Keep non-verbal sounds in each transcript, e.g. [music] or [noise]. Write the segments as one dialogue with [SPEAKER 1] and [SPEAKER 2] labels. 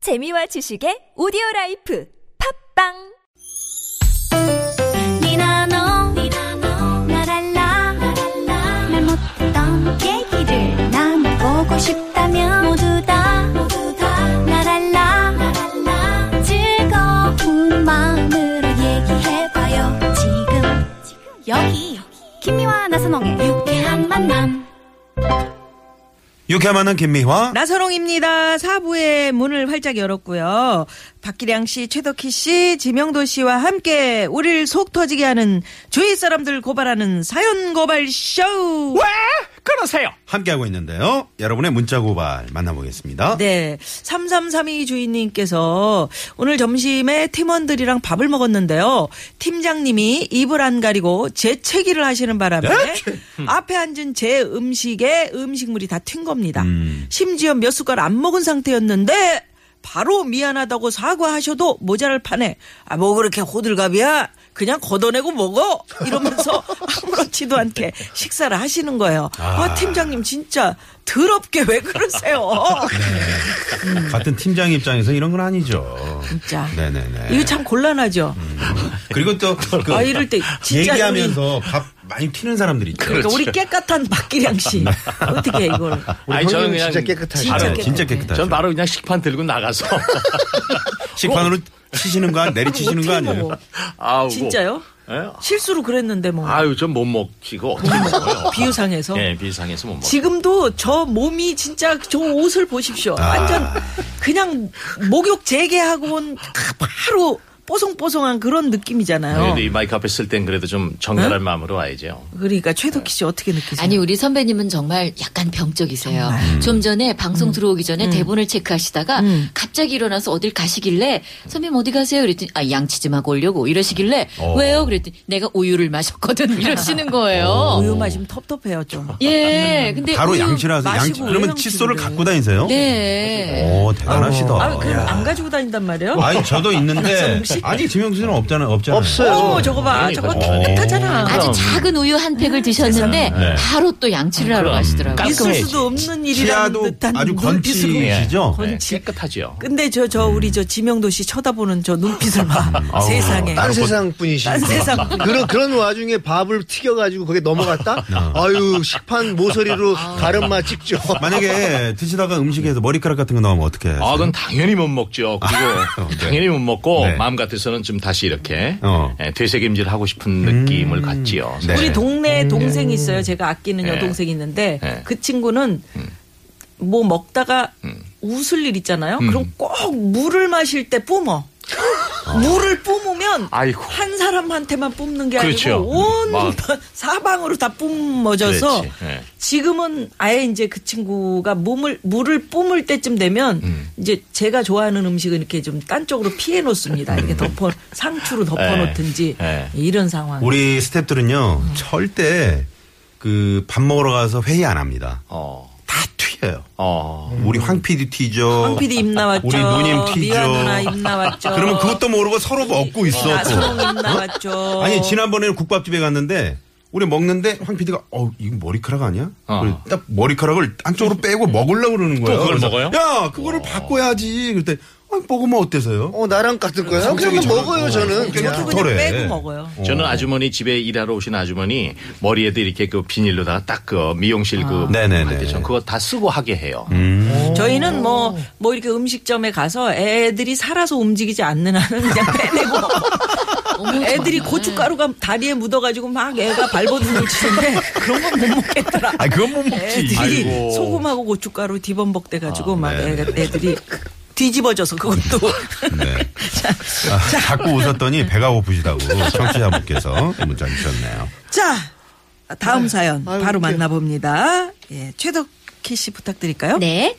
[SPEAKER 1] 재미와 지식의 오디오 라이프 팝빵
[SPEAKER 2] 니나 너, 날 알라, 말 못했던 얘기를 난 보고 싶다면 모두 다, 날 알라, 즐거운 마음으로 얘기해봐요. 지금, 여기, 김미와 나선홍의 유쾌한 만남.
[SPEAKER 3] 유쾌한 만남 김미화.
[SPEAKER 4] 나선홍입니다. 사부의 문을 활짝 열었고요. 박기량 씨, 최덕희 씨, 지명도 씨와 함께 우리를 속 터지게 하는 주위 사람들 고발하는 사연 고발 쇼.
[SPEAKER 5] 왜 그러세요?
[SPEAKER 3] 함께하고 있는데요. 여러분의 문자 고발 만나보겠습니다.
[SPEAKER 4] 네. 3332 주인님께서 오늘 점심에 팀원들이랑 밥을 먹었는데요. 팀장님이 입을 안 가리고 재채기를 하시는 바람에
[SPEAKER 3] 네? 음.
[SPEAKER 4] 앞에 앉은 제 음식에 음식물이 다 튄 겁니다. 심지어 몇 숟갈 안 먹은 상태였는데 바로 미안하다고 사과하셔도 모자랄 판에 아 뭐 그렇게 호들갑이야 그냥 걷어내고 먹어
[SPEAKER 3] [laughs]
[SPEAKER 4] 이러면서 아무렇지도 않게 식사를 하시는 거예요. 아 팀장님 진짜 더럽게
[SPEAKER 3] [laughs]
[SPEAKER 4] 왜 그러세요?
[SPEAKER 3] 같은 팀장 입장에서 이런 건 아니죠.
[SPEAKER 4] 진짜.
[SPEAKER 3] 네네네. 음.
[SPEAKER 4] 이거 참 곤란하죠.
[SPEAKER 3] 그리고
[SPEAKER 4] [laughs]
[SPEAKER 3] 또 그
[SPEAKER 4] 아, 이럴 때 진짜
[SPEAKER 3] 얘기하면서 밥 많이 튀는 사람들 있죠.
[SPEAKER 4] 그러니까 우리 깨끗한
[SPEAKER 3] [laughs]
[SPEAKER 4] 박기량 씨 어떻게 이걸
[SPEAKER 5] 아니 저는 그냥
[SPEAKER 6] 진짜 깨끗하죠.
[SPEAKER 4] 진짜
[SPEAKER 3] 바로
[SPEAKER 4] 깨끗해.
[SPEAKER 3] 그렇죠. 진짜 깨끗하죠.
[SPEAKER 5] 전 바로 그냥 식판 들고
[SPEAKER 4] [laughs]
[SPEAKER 5] 나가서
[SPEAKER 3] 식판으로
[SPEAKER 4] 어?
[SPEAKER 3] 치시는 거 아니- 내리치시는 거
[SPEAKER 4] 어떻게 뭐.
[SPEAKER 3] 아니에요?
[SPEAKER 4] 먹어?
[SPEAKER 5] 아우
[SPEAKER 4] 진짜요?
[SPEAKER 5] 예?
[SPEAKER 4] 실수로 그랬는데 뭐
[SPEAKER 5] 아유 전 못 먹히고 어떻게 먹어요?
[SPEAKER 4] 비유상에서
[SPEAKER 5] 예, 비상해서 못 먹.
[SPEAKER 4] 지금도 저 몸이 진짜 저 옷을 보십시오.
[SPEAKER 3] 아.
[SPEAKER 4] 완전 그냥 목욕 재개하고 온 바로 뽀송뽀송한 그런 느낌이잖아요.
[SPEAKER 3] 네,
[SPEAKER 5] 그래도 이 마이크 앞에 쓸 땐 그래도 좀 정갈한 마음으로 와야죠.
[SPEAKER 4] 그러니까 최덕희 씨 어떻게 느끼세요?
[SPEAKER 7] 아니 우리 선배님은 정말 약간 병적이세요. 좀 전에
[SPEAKER 3] 음.
[SPEAKER 7] 방송 들어오기 전에 대본을 체크하시다가 갑자기 일어나서 어딜 가시길래 선배님 어디 가세요? 그랬더니 아 양치 좀 하고 오려고 이러시길래
[SPEAKER 3] 어.
[SPEAKER 7] 왜요? 그랬더니 내가 우유를 마셨거든 [laughs] 이러시는 거예요.
[SPEAKER 4] 우유 마시면 텁텁해요 좀.
[SPEAKER 7] 예, 근데
[SPEAKER 3] 어. 아, 네, 바로
[SPEAKER 7] 우유-
[SPEAKER 3] 양치라서
[SPEAKER 4] 마시고
[SPEAKER 3] 양치. 그러면
[SPEAKER 4] 양치를
[SPEAKER 3] 칫솔을
[SPEAKER 4] 해.
[SPEAKER 3] 갖고 다니세요?
[SPEAKER 7] 네.
[SPEAKER 3] 오 대단하시다.
[SPEAKER 4] 아 그럼
[SPEAKER 3] 야. 어,
[SPEAKER 4] 안 가지고 다닌단 말이에요?
[SPEAKER 3] 아니 저도
[SPEAKER 4] [laughs]
[SPEAKER 3] 있는데 아니 지명수 씨는 없잖아요. 없잖아요.
[SPEAKER 6] 없어요.
[SPEAKER 4] 어 저거 봐 저거
[SPEAKER 5] 그러니까요.
[SPEAKER 4] 탁탁하잖아.
[SPEAKER 7] 아주 작은 우유 한 팩을 드셨는데
[SPEAKER 3] 세상에. 음,
[SPEAKER 7] 바로 또 양치를 하러 가시더라고요.
[SPEAKER 4] 있을
[SPEAKER 5] 깔끔해야지.
[SPEAKER 4] 수도 없는 일이라는
[SPEAKER 3] 치아도
[SPEAKER 4] 듯한
[SPEAKER 3] 아주
[SPEAKER 4] 눈빛으로.
[SPEAKER 3] 건치시죠?
[SPEAKER 5] 예,
[SPEAKER 4] 건치.
[SPEAKER 5] 깨끗하죠.
[SPEAKER 4] 근데 저 저
[SPEAKER 5] 음.
[SPEAKER 4] 우리 저 지명도 씨 쳐다보는 저 눈빛을
[SPEAKER 5] [laughs]
[SPEAKER 4] 봐. 세상에.
[SPEAKER 5] 아,
[SPEAKER 6] 딴 세상 분이시.
[SPEAKER 4] 딴 세상 분.
[SPEAKER 6] [laughs] 그런 그런 와중에 밥을 튀겨가지고 거기에 [laughs] 넘어갔다. 아유 식판 모서리로 가름마 찍죠.
[SPEAKER 5] [laughs]
[SPEAKER 3] 만약에 드시다가 음식에서 머리카락 같은 거 나오면 어떻게 해요?
[SPEAKER 5] 아, 그건 당연히 못 먹죠. 그리고
[SPEAKER 3] 네.
[SPEAKER 5] 당연히 못 먹고
[SPEAKER 3] 네.
[SPEAKER 5] 마음 같아서는 좀 다시 이렇게
[SPEAKER 3] 어.
[SPEAKER 5] 예, 되새김질 하고 싶은 느낌을 갖지요.
[SPEAKER 3] 네.
[SPEAKER 4] 우리
[SPEAKER 5] 음.
[SPEAKER 4] 동네에 동생이 있어요. 제가 아끼는
[SPEAKER 5] 예.
[SPEAKER 4] 여동생이 있는데
[SPEAKER 5] 예.
[SPEAKER 4] 그 친구는
[SPEAKER 5] 음.
[SPEAKER 4] 뭐 먹다가 웃을 일 있잖아요.
[SPEAKER 5] 음.
[SPEAKER 4] 그럼 꼭 물을 마실 때 뿜어. 물을 뿜으면
[SPEAKER 5] 아이고.
[SPEAKER 4] 한 사람한테만 뿜는 게
[SPEAKER 5] 그렇죠.
[SPEAKER 4] 아니고 온
[SPEAKER 5] 막.
[SPEAKER 4] [laughs] 사방으로 다 뿜어져서
[SPEAKER 5] 그렇지. 예.
[SPEAKER 4] 지금은 아예 이제 그 친구가 몸을 물을 뿜을 때쯤 되면
[SPEAKER 3] 음.
[SPEAKER 4] 이제 제가 좋아하는 음식은 이렇게 좀 딴 쪽으로 피해 놓습니다.
[SPEAKER 3] 음.
[SPEAKER 4] 이렇게 덮어 상추로 덮어 놓든지
[SPEAKER 5] 예.
[SPEAKER 4] 이런 상황.
[SPEAKER 3] 네. 우리 스탭들은요 절대 그 밥 먹으러 가서 회의 안 합니다.
[SPEAKER 5] 어.
[SPEAKER 3] 다 튀어요.
[SPEAKER 5] 어.
[SPEAKER 3] 우리 황 PD 튀죠.
[SPEAKER 4] 황 PD 입 나왔죠.
[SPEAKER 3] 우리 누님 튀죠. 아,
[SPEAKER 4] 미화 누나 입 나왔죠. 아,
[SPEAKER 3] 그러면 그것도 모르고 서로 먹고 있어. 또.
[SPEAKER 4] 나선홍 입 나왔죠.
[SPEAKER 3] 아니 지난번에 는 국밥집에 갔는데 우리 먹는데 황 PD가 어 이거 머리카락 아니야?
[SPEAKER 5] 어.
[SPEAKER 3] 그걸 딱 머리카락을 한쪽으로 빼고 먹으려고 그러는 거예요.
[SPEAKER 5] 그걸
[SPEAKER 3] 그래서,
[SPEAKER 5] 먹어요?
[SPEAKER 3] 야 그거를 바꿔야지. 그때 아, 먹으면 어때서요?
[SPEAKER 6] 어 나랑 같은 거야? 그러면 먹어요
[SPEAKER 4] 저도
[SPEAKER 6] 저는. 그냥.
[SPEAKER 4] 그냥
[SPEAKER 3] 덜해.
[SPEAKER 4] 빼고 먹어요.
[SPEAKER 5] 저는 아주머니 집에 일하러 오신 아주머니 머리에도 이렇게 그 비닐로다가 딱 그 미용실 그
[SPEAKER 3] 아. 네네네.
[SPEAKER 5] 할때전 그거 다 쓰고 하게 해요.
[SPEAKER 4] 저희는 뭐 뭐 이렇게 음식점에 가서 애들이 살아서 움직이지 않는 한은 그냥 빼내고
[SPEAKER 7] 어머,
[SPEAKER 4] 애들이
[SPEAKER 7] 정말.
[SPEAKER 4] 고춧가루가 다리에 묻어가지고 막 애가 발버둥을 치는데 그런 건 못 먹겠더라.
[SPEAKER 3] 아 그건 못 먹지.
[SPEAKER 4] 애들이
[SPEAKER 5] 아이고.
[SPEAKER 4] 소금하고 고춧가루 뒤범벅 돼가지고 막 애가- 애들이 뒤집어져서 그것도
[SPEAKER 3] 네. 아, 자꾸 웃었더니 배가 고프시다고 청취자분께서 문자 주셨네요.
[SPEAKER 4] 자, 다음 사연
[SPEAKER 6] 아유,
[SPEAKER 4] 바로
[SPEAKER 6] 웃겨.
[SPEAKER 4] 만나봅니다. 예, 최덕희 씨 부탁드릴까요?
[SPEAKER 7] 네.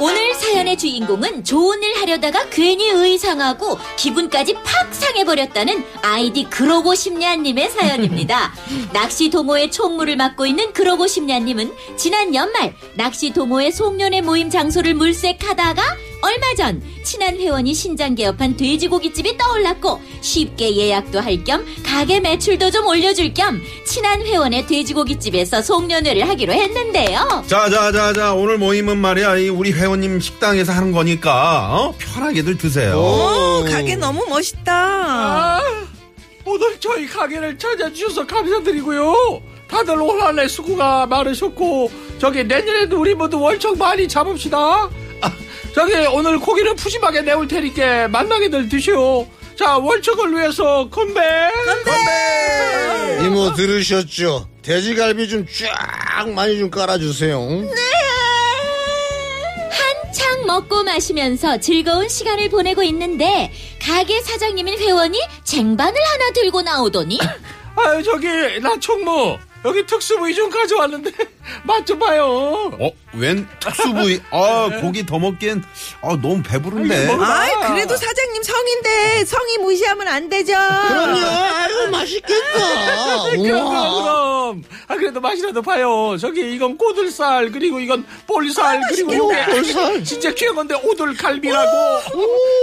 [SPEAKER 7] 오늘 사연의 주인공은 좋은 일 하려다가 괜히 의상하고 기분까지 팍 상해버렸다는 아이디 그러고 싶냐님의 사연입니다. 낚시 동호회 총무를 맡고 있는 그러고 싶냐님은 지난 연말 낚시 동호회 송년회 모임 장소를 물색하다가 얼마 전 친한 회원이 신장 개업한 돼지고기집이 떠올랐고 쉽게 예약도 할 겸 가게 매출도 좀 올려줄 겸 친한 회원의 돼지고기집에서 송년회를 하기로 했는데요.
[SPEAKER 3] 자, 자, 자, 자. 오늘 모임은 말이야. 이 우리 회원님 식당에서 하는 거니까, 어? 편하게들
[SPEAKER 6] 어,
[SPEAKER 3] 드세요.
[SPEAKER 4] 오, 가게 너무 멋있다.
[SPEAKER 8] 오늘 저희 가게를 찾아주셔서 감사드리고요. 다들 올 한 해 수고가 많으셨고 저기 내년에도 우리 모두 월척 많이 잡읍시다. 아, 저기 오늘 고기를 푸짐하게 내올 테니까 만나게들 드시오. 자 월척을 위해서 건배.
[SPEAKER 6] 이모 들으셨죠? 돼지갈비 좀 쫙 많이 좀 깔아주세요.
[SPEAKER 7] 한창 먹고 마시면서 즐거운 시간을 보내고 있는데 가게 사장님인 회원이 쟁반을 하나
[SPEAKER 9] [coughs]
[SPEAKER 7] 들고 나오더니
[SPEAKER 8] 아유 저기 나 총무 여기 특수부위 좀 가져왔는데 [laughs] 맛 좀 봐요.
[SPEAKER 3] 어, 웬 특수부위? 아, 고기 더 먹기엔, 아, 너무 배부른데.
[SPEAKER 8] 아니, 뭐-
[SPEAKER 4] 아이, 그래도 사장님 성인데 성이 무시하면 안 되죠.
[SPEAKER 6] 그럼요. 아유 맛있겠다.
[SPEAKER 8] 그럼
[SPEAKER 6] 우와.
[SPEAKER 8] 그럼 그럼. 아 그래도 맛이라도 봐요. 저기 이건 꼬들살 그리고 이건
[SPEAKER 6] 아,
[SPEAKER 8] 볼살 그리고 이게
[SPEAKER 6] 볼살.
[SPEAKER 8] 진짜 귀한 건데 오돌갈비라고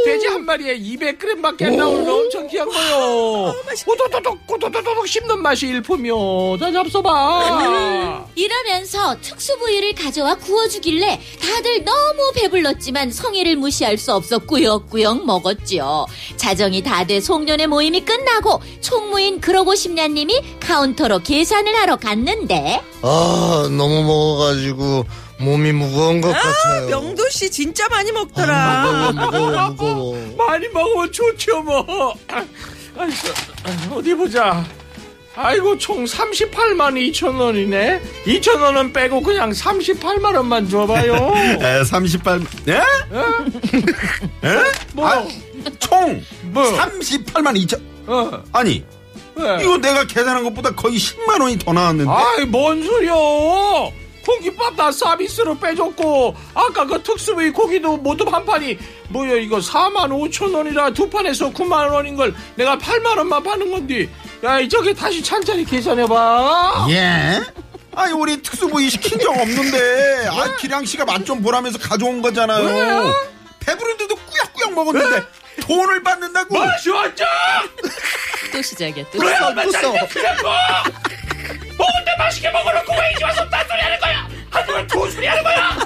[SPEAKER 8] 돼지 한 마리에 200g밖에 안 나오는 아, 거 엄청 귀한 거요. 오도도독 꼬도도독 씹는 맛이 일품이요. 자 잡숴봐.
[SPEAKER 7] 이러면서 특수부위를 가져와 구워주길래 다들 너무 배불렀지만 성의를 무시할 수 없어 꾸역꾸역 먹었지요. 자정이 다 돼 송년회 모임이 끝나고 총무인 그러고 싶냐님이 카운터로 계산을 하러 갔는데
[SPEAKER 6] 아 너무 먹어가지고 몸이 무거운 것 같아요.
[SPEAKER 4] 명도 씨 진짜 많이 먹더라.
[SPEAKER 6] 아. 무거워 무거워.
[SPEAKER 8] 많이 먹으면 좋죠 뭐. 아이, 저, 어디 보자. 아이고 총 38만 2천 원이네. 2천 원은 빼고 그냥 38만 원만 [laughs] 줘봐요.
[SPEAKER 3] 에, 38, 예? 에?
[SPEAKER 8] 뭐?
[SPEAKER 3] 아, 총!
[SPEAKER 8] 뭐?
[SPEAKER 3] 38만 2천.
[SPEAKER 8] 어, 예.
[SPEAKER 3] 아니,
[SPEAKER 8] 왜?
[SPEAKER 3] 이거 내가 계산한 것보다 거의 10만 원이 더 나왔는데.
[SPEAKER 8] 아이 뭔 소리여 공깃밥 다 서비스로 빼줬고 아까 그 특수부위 고기도 모두 한 판이 뭐야 이거 4만 5천 원이라 두 판에서 9만 원인 걸 내가 8만 원만 파는 건데 야 저게 다시 천천히 계산해봐
[SPEAKER 3] 예? 아니, 우리 특수부위 시킨 적 없는데. 아, 기량 씨가 맛 좀 보라면서 가져온 거잖아요. 배부른데도 꾸역꾸역 먹었는데. 돈을 받는다고?
[SPEAKER 4] 뭐
[SPEAKER 8] 맛있었죠?
[SPEAKER 9] 또 시작이야 또.
[SPEAKER 8] 그래
[SPEAKER 6] 아,
[SPEAKER 8] 얼마 짜리 그냥 뭐 먹을 때 맛있게 먹어놓고 왜 이제 와서 딴 소리 하는 거야 하지만 좋은 소리 하는 거야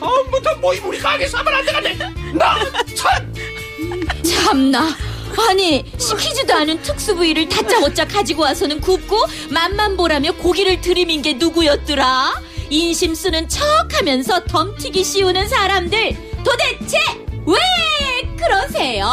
[SPEAKER 8] 다음부터 모임 우리 가게 사면 안 되겠네 나참
[SPEAKER 7] 참나 아니 시키지도 않은 특수부위를 다짜고짜 가지고 와서는 굽고 맛만 보라며 고기를 들이민 게 누구였더라 인심 쓰는 척하면서 덤튀기 씌우는 사람들 도대체 왜 그러세요?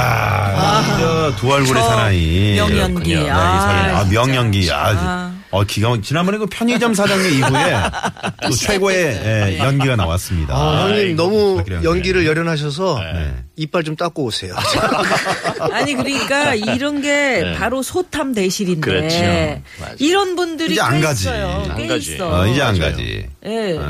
[SPEAKER 3] 이야, 두 얼굴의
[SPEAKER 4] 아, 저
[SPEAKER 3] 사나이.
[SPEAKER 4] 명연기.
[SPEAKER 3] 그렇군요.
[SPEAKER 4] 아,
[SPEAKER 3] 네, 이 사나이. 아,
[SPEAKER 4] 진짜.
[SPEAKER 3] 명연기. 아,
[SPEAKER 4] 아.
[SPEAKER 3] 어, 기가 막- 지난번에 그 편의점 사장님 이후에
[SPEAKER 4] [laughs]
[SPEAKER 3] 또 최고의 예, 연기가 나왔습니다.
[SPEAKER 6] 아, 형님 너무
[SPEAKER 3] 부탁드려요.
[SPEAKER 6] 연기를 열연하셔서
[SPEAKER 3] 네.
[SPEAKER 6] 이빨 좀 닦고 오세요. [laughs]
[SPEAKER 4] 아니 그러니까 이런 게
[SPEAKER 5] 네.
[SPEAKER 4] 바로 소탐 대실인데
[SPEAKER 5] 그렇죠. 맞아.
[SPEAKER 4] 이런 분들이
[SPEAKER 3] 이제
[SPEAKER 4] 꽤
[SPEAKER 3] 안 가지.
[SPEAKER 4] 있어요.
[SPEAKER 3] 안
[SPEAKER 4] 꽤
[SPEAKER 5] 가지.
[SPEAKER 4] 있어.
[SPEAKER 3] 어, 이제 안 가지.
[SPEAKER 4] 예.
[SPEAKER 3] 예.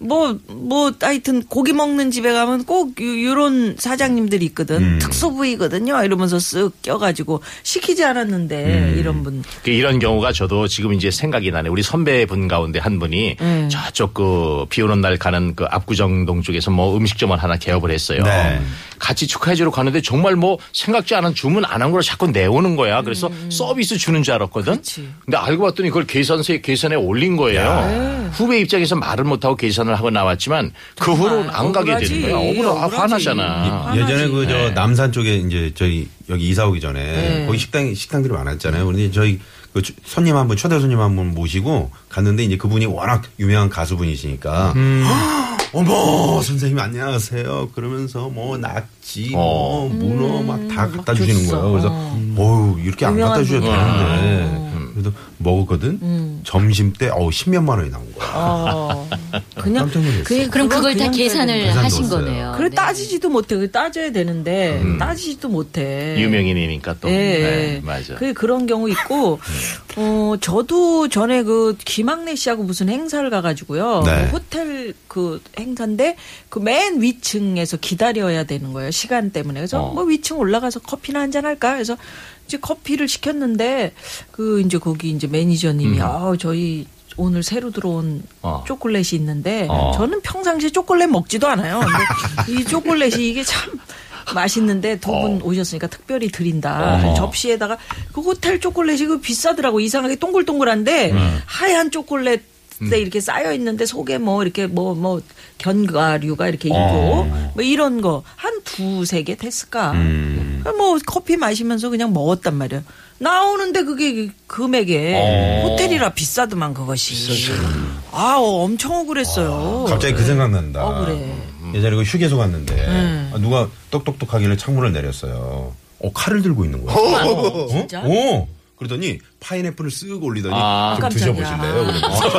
[SPEAKER 4] 뭐, 뭐, 하여튼, 고기 먹는 집에 가면 꼭, 요, 런 사장님들이 있거든.
[SPEAKER 3] 음.
[SPEAKER 4] 특수부위거든요. 이러면서 쓱 껴가지고, 시키지 않았는데, 이런 분.
[SPEAKER 5] 그 이런 경우가 저도 지금 이제 생각이 나네. 우리 선배분 가운데 한 분이
[SPEAKER 4] 네.
[SPEAKER 5] 저쪽 그 비 오는 날 가는 그 압구정동 쪽에서 뭐 음식점을 하나 개업을 했어요.
[SPEAKER 3] 네.
[SPEAKER 5] 같이 축하해주러 가는데 정말 뭐 생각지 않은 주문 안 한 걸 자꾸 내오는 거야. 그래서
[SPEAKER 4] 음,
[SPEAKER 5] 서비스 주는 줄 알았거든. 근데 알고 봤더니 그걸 계산서에 계산에 올린 거예요. 후배 입장에서 말을 못하고 계산을 하고 나왔지만 그 후로는 안 가게
[SPEAKER 4] 아, 억울하지.
[SPEAKER 5] 되는 거야. 억울하,
[SPEAKER 4] 억울하지.
[SPEAKER 5] 화나잖아.
[SPEAKER 3] 예전에 그 저 남산 쪽에 이제 저희 여기 이사 오기 전에 거기 식당 식당들이 많았잖아요. 그런데 저희 그 주- 손님 한 분 초대 손님 한 분 모시고 갔는데 이제 그분이 워낙 유명한 가수분이시니까 어머 선생님 안녕하세요 그러면서 뭐 낙지 뭐 문어 막 다 갖다 주시는 거예요. 그래서 어우 어. 이렇게 안 갖다 주셔도 되는데 그래도 먹었거든. 점심 때 어우 십몇만 원이 나온 거야.
[SPEAKER 4] 음. 어. 그냥,
[SPEAKER 3] 깜짝 놀랐어요.
[SPEAKER 4] 그냥
[SPEAKER 9] 네, 그럼 그걸 다
[SPEAKER 4] 그냥
[SPEAKER 9] 계산을
[SPEAKER 3] 계산도
[SPEAKER 9] 하신
[SPEAKER 3] 없어요.
[SPEAKER 9] 거네요.
[SPEAKER 4] 그래,
[SPEAKER 9] 네.
[SPEAKER 4] 따지지도 못해. 그게 따져야 되는데, 따지지도 못해.
[SPEAKER 5] 음. 유명인이니까 또.
[SPEAKER 4] 예,
[SPEAKER 5] 네, 맞아.
[SPEAKER 4] 그 그런 경우
[SPEAKER 5] [laughs]
[SPEAKER 4] 있고, 어 저도 전에 그 김학래 씨하고 무슨 행사를 가가지고요,
[SPEAKER 3] 네.
[SPEAKER 4] 그 호텔 그 행사인데 그 맨 위층에서 기다려야 되는 거예요 시간 때문에. 그래서
[SPEAKER 5] 어.
[SPEAKER 4] 뭐 위층 올라가서 커피나 한잔 할까 해서 이제 커피를 시켰는데 그 이제 거기 이제 매니저님이 아 저희 오늘 새로 들어온
[SPEAKER 5] 음. 어.
[SPEAKER 4] 초콜릿이 있는데
[SPEAKER 5] 어.
[SPEAKER 4] 저는 평상시에 초콜릿 먹지도 않아요. 근데
[SPEAKER 5] [laughs]
[SPEAKER 4] 이 초콜릿이 이게 참 맛있는데 두 분 오셨으니까 특별히 드린다.
[SPEAKER 5] 어.
[SPEAKER 4] 아, 접시에다가 그 호텔 초콜릿이 그 비싸더라고. 이상하게 동글동글한데
[SPEAKER 3] 네.
[SPEAKER 4] 하얀 초콜릿
[SPEAKER 3] 음.
[SPEAKER 4] 에 이렇게 쌓여 있는데 속에 뭐 이렇게 뭐 뭐 견과류가 이렇게 있고
[SPEAKER 5] 어.
[SPEAKER 4] 뭐 이런 거 한 두세 개 됐을까?
[SPEAKER 3] 음.
[SPEAKER 4] 뭐 커피 마시면서 그냥 먹었단 말이야. 나오는데 그게 금액에
[SPEAKER 5] 어.
[SPEAKER 4] 호텔이라 비싸더만 그것이. 아우 엄청 억울했어요.
[SPEAKER 3] 갑자기 그 생각난다.
[SPEAKER 4] 억울해.
[SPEAKER 3] 예전에 그 휴게소 갔는데 아, 누가 똑똑똑하길래 창문을 내렸어요. 어 칼을 들고 있는 거야.
[SPEAKER 6] 어,
[SPEAKER 3] 어? 어? 그러더니 파인애플을 쓱 올리더니
[SPEAKER 5] 아,
[SPEAKER 3] 좀
[SPEAKER 4] 깜짝이야.
[SPEAKER 3] 드셔보실래요? 그러면서.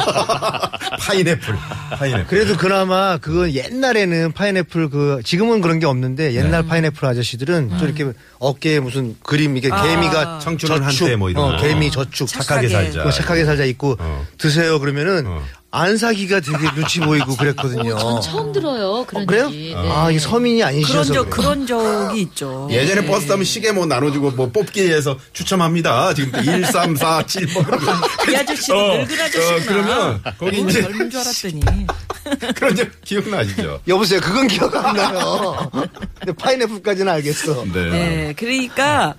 [SPEAKER 3] 파인애플. 파인애플.
[SPEAKER 6] 그래도 그나마 그건 옛날에는 파인애플 그 지금은 그런 게 없는데 옛날
[SPEAKER 3] 네.
[SPEAKER 6] 파인애플 아저씨들은 또 이렇게 어깨에 무슨 그림 이게 개미가
[SPEAKER 3] 청춘은
[SPEAKER 6] 저축,
[SPEAKER 3] 한때 뭐 이런 거.
[SPEAKER 6] 어, 개미 저축
[SPEAKER 3] 착하게 살자.
[SPEAKER 6] 뭐 착하게 살자 있고
[SPEAKER 3] 어.
[SPEAKER 6] 드세요 그러면은
[SPEAKER 3] 어.
[SPEAKER 6] 안 사기가 되게 눈치 보이고 그랬거든요.
[SPEAKER 9] 전 처음 들어요. 그런
[SPEAKER 6] 어, 그래요?
[SPEAKER 9] 얘기.
[SPEAKER 3] 네.
[SPEAKER 6] 아, 이 서민이
[SPEAKER 4] 그런
[SPEAKER 6] 아니셔서
[SPEAKER 4] 적
[SPEAKER 6] 그래요.
[SPEAKER 4] 그런 적이 있죠.
[SPEAKER 3] 예전에 버스 타면 시계 뭐 나눠주고 뭐 뽑기 해서 추첨합니다. 지금 뭐 1, 3, 4, 7번.
[SPEAKER 4] 이 아저씨는 늙은 아저씨구나.
[SPEAKER 3] 어. 그러면 거기
[SPEAKER 4] 오늘
[SPEAKER 3] 이제
[SPEAKER 4] 젊은 줄 알았더니
[SPEAKER 3] 그런 적 기억나시죠?
[SPEAKER 6] 여보세요. 그건 기억 안 나요. [laughs] 근데 파인애플까지는 알겠어.
[SPEAKER 3] 네.
[SPEAKER 4] 네, 그러니까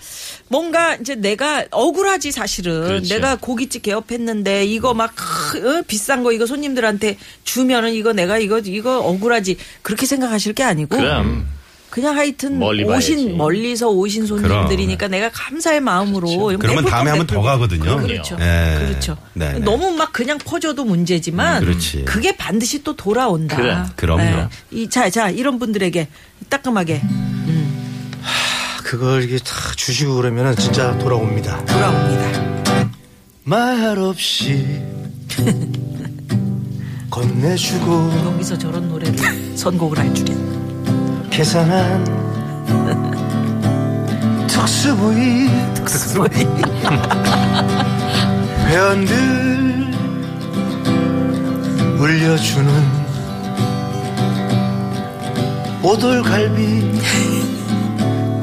[SPEAKER 4] 뭔가 이제 내가 억울하지 사실은
[SPEAKER 5] 그렇죠.
[SPEAKER 4] 내가 고깃집 개업했는데 이거 막 크, 어, 비싼 거 이거 손님들한테 주면은 이거 내가 이거 이거 억울하지 그렇게 생각하실 게 아니고
[SPEAKER 5] 그럼.
[SPEAKER 4] 그냥 하여튼
[SPEAKER 5] 멀리
[SPEAKER 4] 오신
[SPEAKER 5] 봐야지.
[SPEAKER 4] 멀리서 오신 손님들이니까 내가 감사의 마음으로
[SPEAKER 3] 그렇죠. 그러면
[SPEAKER 4] 뺏을
[SPEAKER 3] 다음에
[SPEAKER 4] 건
[SPEAKER 3] 한번 더
[SPEAKER 4] 뺏고.
[SPEAKER 3] 가거든요.
[SPEAKER 4] 그렇죠.
[SPEAKER 3] 네.
[SPEAKER 4] 그렇죠.
[SPEAKER 3] 네, 네.
[SPEAKER 4] 너무 막 그냥 퍼져도 문제지만
[SPEAKER 3] 음, 그렇지.
[SPEAKER 4] 그게 반드시 또 돌아온다. 네.
[SPEAKER 5] 그래.
[SPEAKER 3] 그럼요.
[SPEAKER 4] 이자자 이런 분들에게 따끔하게
[SPEAKER 6] 그걸 이게 다 주시고 그러면은 진짜 돌아옵니다.
[SPEAKER 4] 돌아옵니다.
[SPEAKER 6] 말 없이 건네주고
[SPEAKER 4] 여기서 저런 노래를 선곡을 할 줄이야.
[SPEAKER 6] 계산한 [laughs] 특수부위 회원들 울려주는 오돌갈비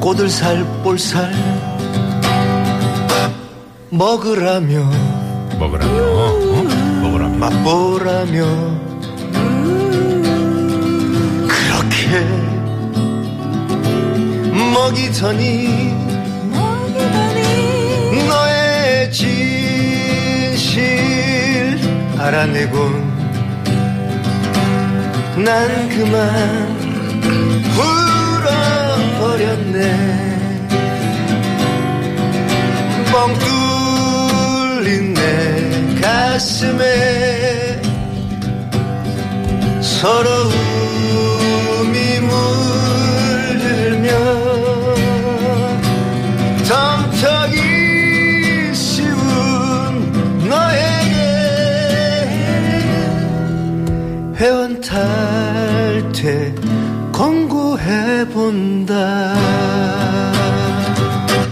[SPEAKER 6] [laughs] 꼬들살 볼살 먹으라며
[SPEAKER 3] 먹으라며. 어? 먹으라며.
[SPEAKER 6] 맛보라며 그렇게 먹이더니 너의 진실 알아내고 난 그만 울어버렸네 뻥 뚫린 내 가슴에 서러움이 물들며 덤터기 쉬운 너에게 회원 탈퇴 권고해본다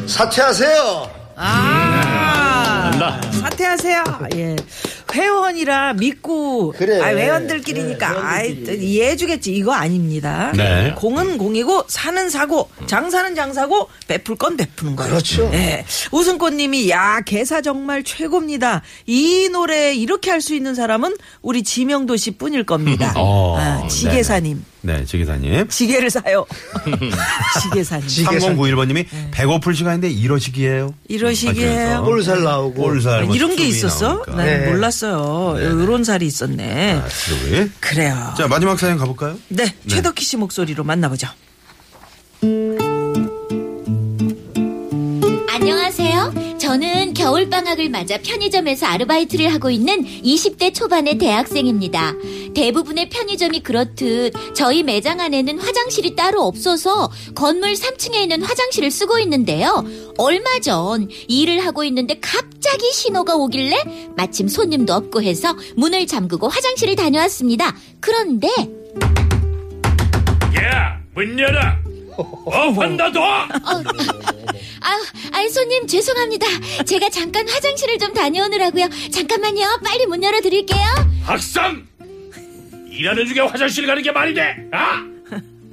[SPEAKER 6] 사퇴하세요
[SPEAKER 4] [laughs] 아, 사퇴하세요. 예. 회원이라 믿고
[SPEAKER 6] 그래.
[SPEAKER 4] 아 회원들끼리니까 아이 이해해 주겠지. 이거 아닙니다.
[SPEAKER 3] 네.
[SPEAKER 4] 공은 공이고 사는 사고, 장사는 장사고 베풀 건 베푸는 거예요.
[SPEAKER 6] 그렇죠.
[SPEAKER 4] 예. 우승꽃 님이 야, 개사 정말 최고입니다. 이 노래 이렇게 할 수 있는 사람은 우리 지명도 씨뿐일 겁니다.
[SPEAKER 3] [laughs] 어,
[SPEAKER 4] 아, 지계사 님.
[SPEAKER 3] 네, 지기사님.
[SPEAKER 4] 지게를 사요.
[SPEAKER 3] [laughs]
[SPEAKER 4] [laughs] 지게사 님.
[SPEAKER 6] 지게사.
[SPEAKER 3] 3091번님이 배고플 시간인데 이러시기에요.
[SPEAKER 4] 네. 이러시기에요.
[SPEAKER 6] 볼살 나오고
[SPEAKER 3] 볼살 뭐
[SPEAKER 4] 아, 이런 게
[SPEAKER 3] 수첩이
[SPEAKER 4] 있었어?
[SPEAKER 3] 나오니까.
[SPEAKER 4] 난
[SPEAKER 6] 네.
[SPEAKER 4] 몰랐어요. 이런 살이 있었네.
[SPEAKER 3] 아, 수첩이.
[SPEAKER 4] 그래요.
[SPEAKER 3] 자, 마지막 사연 가볼까요?
[SPEAKER 4] 네, 최덕희 씨 목소리로 만나보죠.
[SPEAKER 7] 안녕하세요. 저는 겨울방학을 맞아 편의점에서 아르바이트를 하고 있는 20대 초반의 대학생입니다. 대부분의 편의점이 그렇듯 저희 매장 안에는 화장실이 따로 없어서 건물 3층에 있는 화장실을 쓰고 있는데요. 얼마 전 일을 하고 있는데 갑자기 신호가 오길래 마침 손님도 없고 해서 문을 잠그고 화장실을 다녀왔습니다. 그런데
[SPEAKER 8] 야, 문
[SPEAKER 4] 그-
[SPEAKER 8] 열어. 어, 환다 둬.
[SPEAKER 7] 아, 아 손님 죄송합니다. 제가 잠깐 화장실을 좀 다녀오느라고요. 잠깐만요. 빨리 문 열어드릴게요.
[SPEAKER 8] 학생! 일하는 중에 화장실 가는 게 말이 돼? 아?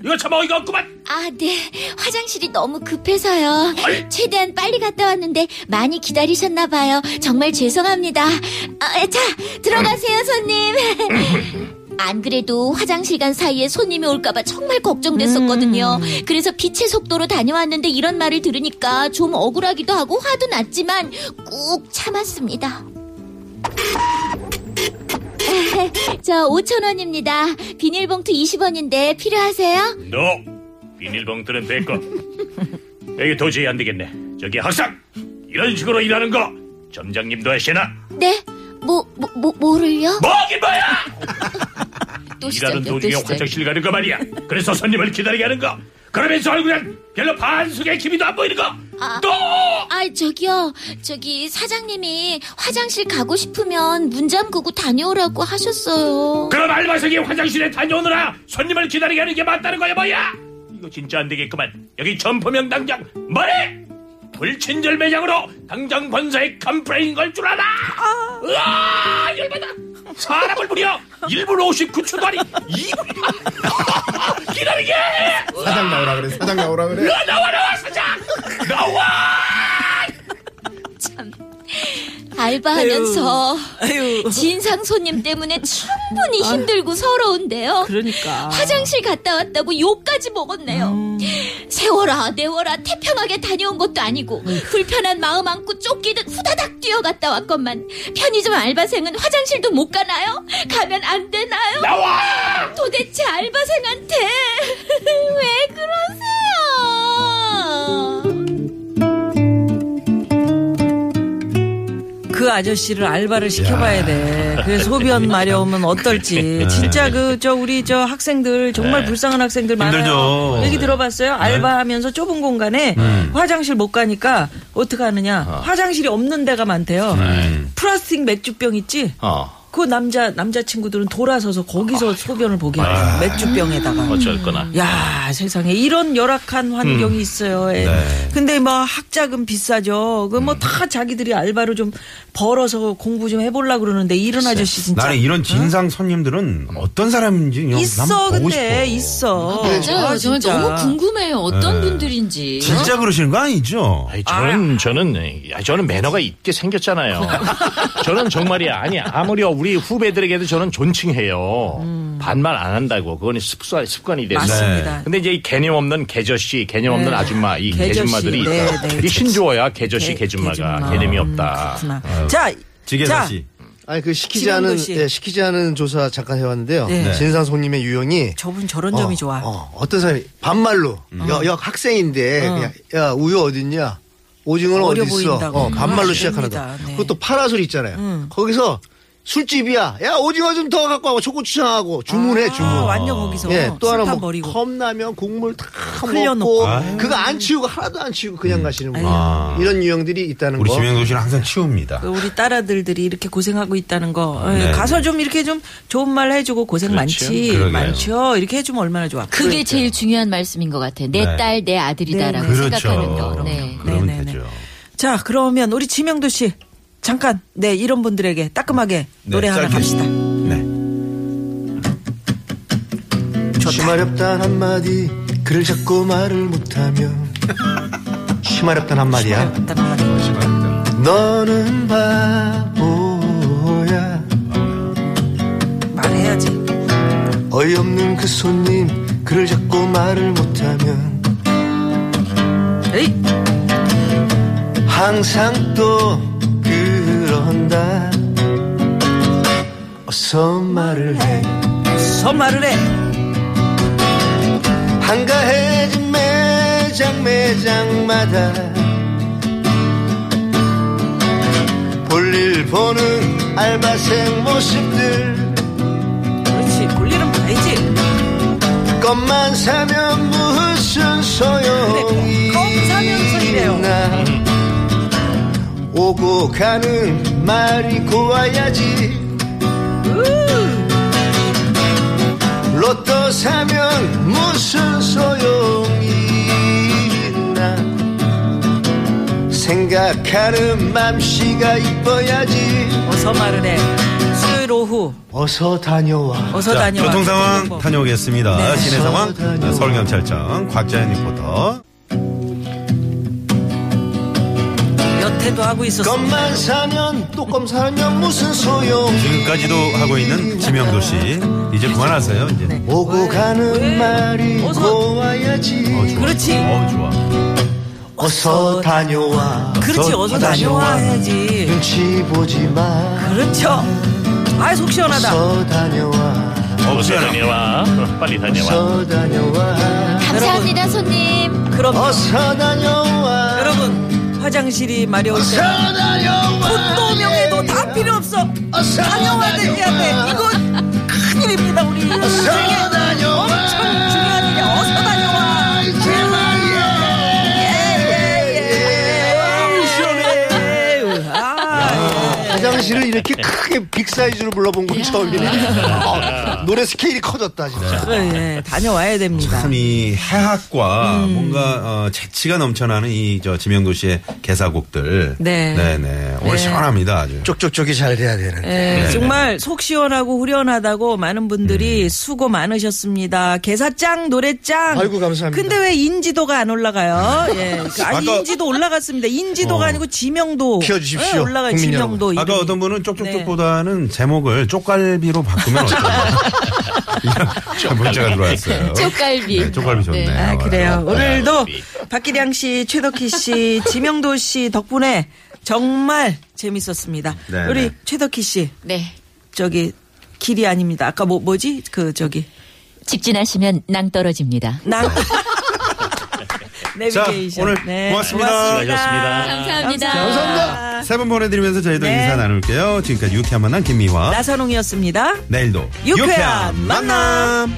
[SPEAKER 8] 이거 참 어이가 없구만.
[SPEAKER 7] 아, 네. 화장실이 너무 급해서요. 최대한 빨리 갔다 왔는데 많이 기다리셨나 봐요. 정말 죄송합니다. 아, 자, 들어가세요, 손님. 안 그래도 화장실 간 사이에 손님이 올까봐 정말 걱정됐었거든요. 그래서 빛의 속도로 다녀왔는데 이런 말을 들으니까 좀 억울하기도 하고 화도 났지만 꾹 참았습니다. [laughs] 저 5,000원입니다. 비닐봉투 20원인데 필요하세요?
[SPEAKER 8] 너 비닐봉투는 됐고 여기 도저히 안 되겠네. 저기 학생 이런 식으로 일하는 거 점장님도 하시나?
[SPEAKER 7] 네? 뭐, 뭐, 뭐, 뭐를요?
[SPEAKER 8] 뭐긴 뭐야?
[SPEAKER 9] 또
[SPEAKER 8] 일하는
[SPEAKER 9] 시작이야, 또
[SPEAKER 8] 도중에
[SPEAKER 9] 시작.
[SPEAKER 8] 화장실 가는 거 말이야. 그래서 손님을 기다리게 하는 거. 그러면서 얼굴엔 별로 반숙의 기미도 안 보이는 거. 또
[SPEAKER 7] 아, 저기요. 저기 사장님이 화장실 가고 싶으면 문 잠그고 다녀오라고 하셨어요.
[SPEAKER 8] 그럼 알바생이 화장실에 다녀오느라 손님을 기다리게 하는 게 맞다는 거야 뭐야? 이거 진짜 안 되겠구만. 여기 점포명 당장 말해. 불친절 매장으로 당장 본사에 컴플레인 걸 줄 알아. 으아 열받아. 사람을 무려 1분 59초도 아니 2분 기다리게 해.
[SPEAKER 10] 사장 나오라 그래. 사장 나오라 그래.
[SPEAKER 8] 으아, 나와 나와 사장 나와.
[SPEAKER 7] 알바하면서
[SPEAKER 4] 아유.
[SPEAKER 7] 진상 손님 때문에 충분히 힘들고 서러운데요.
[SPEAKER 4] 그러니까.
[SPEAKER 7] 화장실 갔다 왔다고 욕까지 먹었네요.
[SPEAKER 4] 음.
[SPEAKER 7] 세워라, 내워라, 태평하게 다녀온 것도 아니고, 불편한 마음 안고 쫓기듯 후다닥 뛰어갔다 왔건만, 편의점 알바생은 화장실도 못 가나요? 가면 안 되나요? 나와! 도대체 알바생한테 [laughs] 왜 그러세요?
[SPEAKER 4] 그 아저씨를 알바를 시켜봐야 돼. 그 소변 마려우면
[SPEAKER 3] 네.
[SPEAKER 4] 어떨지. 진짜 그 저 우리 저 학생들 정말 불쌍한 학생들 많아요.
[SPEAKER 3] 힘들죠. 네. 음.
[SPEAKER 4] 얘기 들어봤어요? 알바하면서 좁은 공간에 화장실 못 가니까 어떻게 하느냐?
[SPEAKER 3] 아.
[SPEAKER 4] 화장실이 없는 데가 많대요.
[SPEAKER 3] 네.
[SPEAKER 4] 플라스틱 맥주병 있지?
[SPEAKER 5] 어,
[SPEAKER 4] 그 남자 남자 친구들은 돌아서서 거기서 소변을 보게 해요. 맥주병에다가.
[SPEAKER 5] 어쩔거나.
[SPEAKER 4] 야 세상에 이런 열악한 환경이 있어요. 예. 근데 뭐 학자금 비싸죠. 그 뭐 다 자기들이 알바로 좀 벌어서 공부 좀 해보려 고 그러는데 이런 아저씨 진짜 어?
[SPEAKER 3] 나는 이런 진상 손님들은 어떤 사람인지 그냥
[SPEAKER 4] 있어
[SPEAKER 3] 난 보고
[SPEAKER 4] 근데
[SPEAKER 3] 싶어.
[SPEAKER 4] 있어.
[SPEAKER 9] 맞아요.
[SPEAKER 4] 아,
[SPEAKER 9] 저는
[SPEAKER 4] 진짜.
[SPEAKER 9] 너무 궁금해요. 어떤 분들인지.
[SPEAKER 3] 네. 진짜 그러시는 거 아니죠?
[SPEAKER 5] 아니, 저는 저는 야, 저는 매너가 있게 생겼잖아요. 저는 정말이야. 아니 아무리 우리 후배들에게도 저는 존칭해요. 반말 안 한다고. 그건 습관 습관이 돼서.
[SPEAKER 4] 음. 맞습니다.
[SPEAKER 5] 근데 이제 이 개념 없는 개저씨, 개념 없는
[SPEAKER 4] 네.
[SPEAKER 5] 아줌마, 이
[SPEAKER 4] 개저씨.
[SPEAKER 5] 개줌마들이 있다.
[SPEAKER 4] 네, 네.
[SPEAKER 5] 이게 신조어야 개저씨,
[SPEAKER 4] 개-
[SPEAKER 5] 개줌마가
[SPEAKER 4] 개줌마.
[SPEAKER 5] 개념이 없다.
[SPEAKER 4] 그렇구나. 자, 자,
[SPEAKER 3] 지게사씨.
[SPEAKER 6] 아니 그 시키지
[SPEAKER 4] 지금도
[SPEAKER 6] 않은
[SPEAKER 4] 씨.
[SPEAKER 6] 예, 시키지 않은 조사 잠깐 해왔는데요.
[SPEAKER 4] 네. 네.
[SPEAKER 6] 진상 손님의 유형이
[SPEAKER 4] 저분 저런 점이
[SPEAKER 6] 어,
[SPEAKER 4] 좋아. 음.
[SPEAKER 6] 어, 어떤 사람이 반말로 여, 여 학생인데 그냥 야 우유 어딨냐? 오징어는
[SPEAKER 4] 어. 어려
[SPEAKER 6] 어디 있어?
[SPEAKER 4] 보인다고.
[SPEAKER 6] 어, 반말로
[SPEAKER 4] 음,
[SPEAKER 6] 시작하는 거.
[SPEAKER 4] 됩니다. 네. 음.
[SPEAKER 6] 그것도 파라솔 있잖아요. 거기서 술집이야. 야 오징어 좀 더 갖고 와고 초고추장하고 주문해 주문.
[SPEAKER 4] 아, 완전 거기서
[SPEAKER 6] 예, 또 하나 뭐
[SPEAKER 4] 버리고.
[SPEAKER 6] 컵라면 국물 다
[SPEAKER 4] 흘려놓고. 음.
[SPEAKER 6] 먹고 그거 안 치우고 하나도 안 치우고 그냥 가시는 분
[SPEAKER 3] 아.
[SPEAKER 6] 이런 유형들이 있다는
[SPEAKER 3] 우리
[SPEAKER 6] 거.
[SPEAKER 3] 지명도 씨는 항상 치웁니다.
[SPEAKER 4] 그 우리 딸아들들이 이렇게 고생하고 있다는 거 예,
[SPEAKER 3] 네. 그렇죠.
[SPEAKER 4] 가서 좀 이렇게 좀 좋은 말 해주고 고생 많지
[SPEAKER 3] 그러게요.
[SPEAKER 4] 많죠 이렇게 해주면 얼마나 좋아
[SPEAKER 9] 그게 제일 중요한 말씀인 것 같아. 내
[SPEAKER 3] 그렇죠. 네.
[SPEAKER 9] 딸, 내 아들이다라고 생각하는 거.
[SPEAKER 3] 그렇죠.
[SPEAKER 9] 네.
[SPEAKER 3] 그러면
[SPEAKER 4] 네, 네,
[SPEAKER 3] 되죠.
[SPEAKER 4] 자, 그러면 우리 지명도 씨 잠깐 네 이런 분들에게 따끔하게 노래 하나
[SPEAKER 3] 네, 짧게.
[SPEAKER 4] 갑시다.
[SPEAKER 3] 네.
[SPEAKER 6] 심하렵단 한마디 그를 자꾸 말을 못하며
[SPEAKER 4] [laughs]
[SPEAKER 6] 심하렵단 한마디야
[SPEAKER 4] 일단 한마디.
[SPEAKER 6] 너는 바보야
[SPEAKER 4] 말해야지.
[SPEAKER 6] 어이없는 그 손님 그를 자꾸 말을 못하면
[SPEAKER 4] 에이,
[SPEAKER 6] 항상 또 그런다 어서 말을 해
[SPEAKER 4] 선 말을 해.
[SPEAKER 6] 한가해진 매장 매장마다 볼일 보는 알바생 모습들
[SPEAKER 4] 그렇지. 볼일은 봐야지.
[SPEAKER 6] 것만 사면 무슨 소용이
[SPEAKER 4] 그래, 네, 껌 사면서 이래요.
[SPEAKER 6] 있나 오고 가는 말이 고와야지 로또 사면 무슨 소용이 있나 생각하는 맘씨가 이뻐야지
[SPEAKER 4] 어서 말을 해. 토요일 오후
[SPEAKER 6] 어서 다녀와.
[SPEAKER 4] 어서
[SPEAKER 3] 자,
[SPEAKER 4] 다녀와.
[SPEAKER 3] 교통 상황
[SPEAKER 4] 교통정보.
[SPEAKER 3] 다녀오겠습니다.
[SPEAKER 4] 네.
[SPEAKER 3] 시내 상황
[SPEAKER 6] 다녀와.
[SPEAKER 3] 서울경찰청 곽자연 리포터.
[SPEAKER 4] 여태도 하고 있었어.
[SPEAKER 6] 껌만 사면 또 껌 사면 무슨 소용?
[SPEAKER 3] 지금까지도 하고 있는 지명도 씨 이제 그만하세요. 이제.
[SPEAKER 4] 네.
[SPEAKER 6] 오고 가는
[SPEAKER 4] 왜?
[SPEAKER 6] 말이
[SPEAKER 4] 어서.
[SPEAKER 6] 고와야지.
[SPEAKER 3] 어, 좋아.
[SPEAKER 4] 그렇지.
[SPEAKER 3] 어, 좋아.
[SPEAKER 6] 어서 다녀와.
[SPEAKER 4] 그렇지 어서 다녀와 해야지.
[SPEAKER 6] 눈치 보지 마.
[SPEAKER 4] 그렇죠. 아이 속 시원하다.
[SPEAKER 6] 어서 다녀와.
[SPEAKER 3] 어,
[SPEAKER 5] 어서
[SPEAKER 3] 미안해.
[SPEAKER 5] 다녀와. 빨리 다녀와.
[SPEAKER 6] 어서 다녀와.
[SPEAKER 9] 감사합니다, 손님.
[SPEAKER 4] 그럼
[SPEAKER 6] 어서 다녀와.
[SPEAKER 4] 여러분 화장실이 마려울 때
[SPEAKER 6] 어서 다녀와.
[SPEAKER 4] 돈도 명예도 다 필요 없어.
[SPEAKER 6] 어서
[SPEAKER 4] 다녀와야 돼, 해야 돼. 이거 큰일입니다 우리
[SPEAKER 6] 어서
[SPEAKER 4] 인생에
[SPEAKER 6] 다녀와.
[SPEAKER 4] 엄청 중요한 일이야. 어서 다녀와. 예, 예예예. 시원해. 아.
[SPEAKER 6] 화장실을 이렇게 크게 빅 사이즈로 불러본 건 처음이네. 어, 노래 스케일이 커졌다 진짜.
[SPEAKER 4] 예, 다녀와야 됩니다.
[SPEAKER 3] 참이 해학과
[SPEAKER 4] 음.
[SPEAKER 3] 뭔가 어, 재치가 넘쳐나는 이 저 지명도 씨의 개사곡들.
[SPEAKER 4] 네.
[SPEAKER 3] 네네. 오늘
[SPEAKER 4] 네.
[SPEAKER 3] 시원합니다 아주.
[SPEAKER 6] 쪽쪽쪽이 잘 돼야 되는데.
[SPEAKER 3] 네,
[SPEAKER 4] 예, 정말 속 시원하고 후련하다고 많은
[SPEAKER 3] 음.
[SPEAKER 4] 분들이 수고 많으셨습니다. 개사짱, 노래짱.
[SPEAKER 6] 아이고, 감사합니다.
[SPEAKER 4] 근데 왜 인지도가 안 올라가요? 예. 그 아니,
[SPEAKER 3] 아까-
[SPEAKER 4] 인지도 올라갔습니다. 인지도가 아니고 지명도.
[SPEAKER 6] 키워주십시오,
[SPEAKER 4] 예, 올라가요.
[SPEAKER 6] 국민
[SPEAKER 4] 지명도. 이름이.
[SPEAKER 3] 어.
[SPEAKER 4] 네.
[SPEAKER 3] 아까 어떤 분은 쪽쪽쪽보다는 제목을 쪽갈비로 바꾸면
[SPEAKER 4] [laughs]
[SPEAKER 3] [laughs] 어떨까? 이런 문자가 들어왔어요.
[SPEAKER 9] 쪽갈비.
[SPEAKER 3] 네, 쪽갈비 좋네.
[SPEAKER 9] 네.
[SPEAKER 4] 아, 그래요.
[SPEAKER 3] 네.
[SPEAKER 4] 오늘도 박기량 씨, 최덕희 씨, 지명도 씨 덕분에 정말 재밌었습니다.
[SPEAKER 3] 네,
[SPEAKER 4] 우리
[SPEAKER 3] 네.
[SPEAKER 4] 최덕희 씨,
[SPEAKER 9] 네.
[SPEAKER 4] 저기, 길이 아닙니다. 아까 뭐, 뭐지? 그, 저기.
[SPEAKER 9] 직진하시면 낭 떨어집니다.
[SPEAKER 3] [laughs]
[SPEAKER 4] 난.
[SPEAKER 3] 자,
[SPEAKER 4] 내비게이션. 네,
[SPEAKER 3] 오늘 고맙습니다.
[SPEAKER 9] 감사합니다.
[SPEAKER 3] 세 분 보내드리면서 저희도
[SPEAKER 4] 네.
[SPEAKER 3] 인사 나눌게요. 지금까지 유쾌한 만남 김미화.
[SPEAKER 4] 나선홍이었습니다.
[SPEAKER 3] 내일도
[SPEAKER 4] 유쾌한 만남.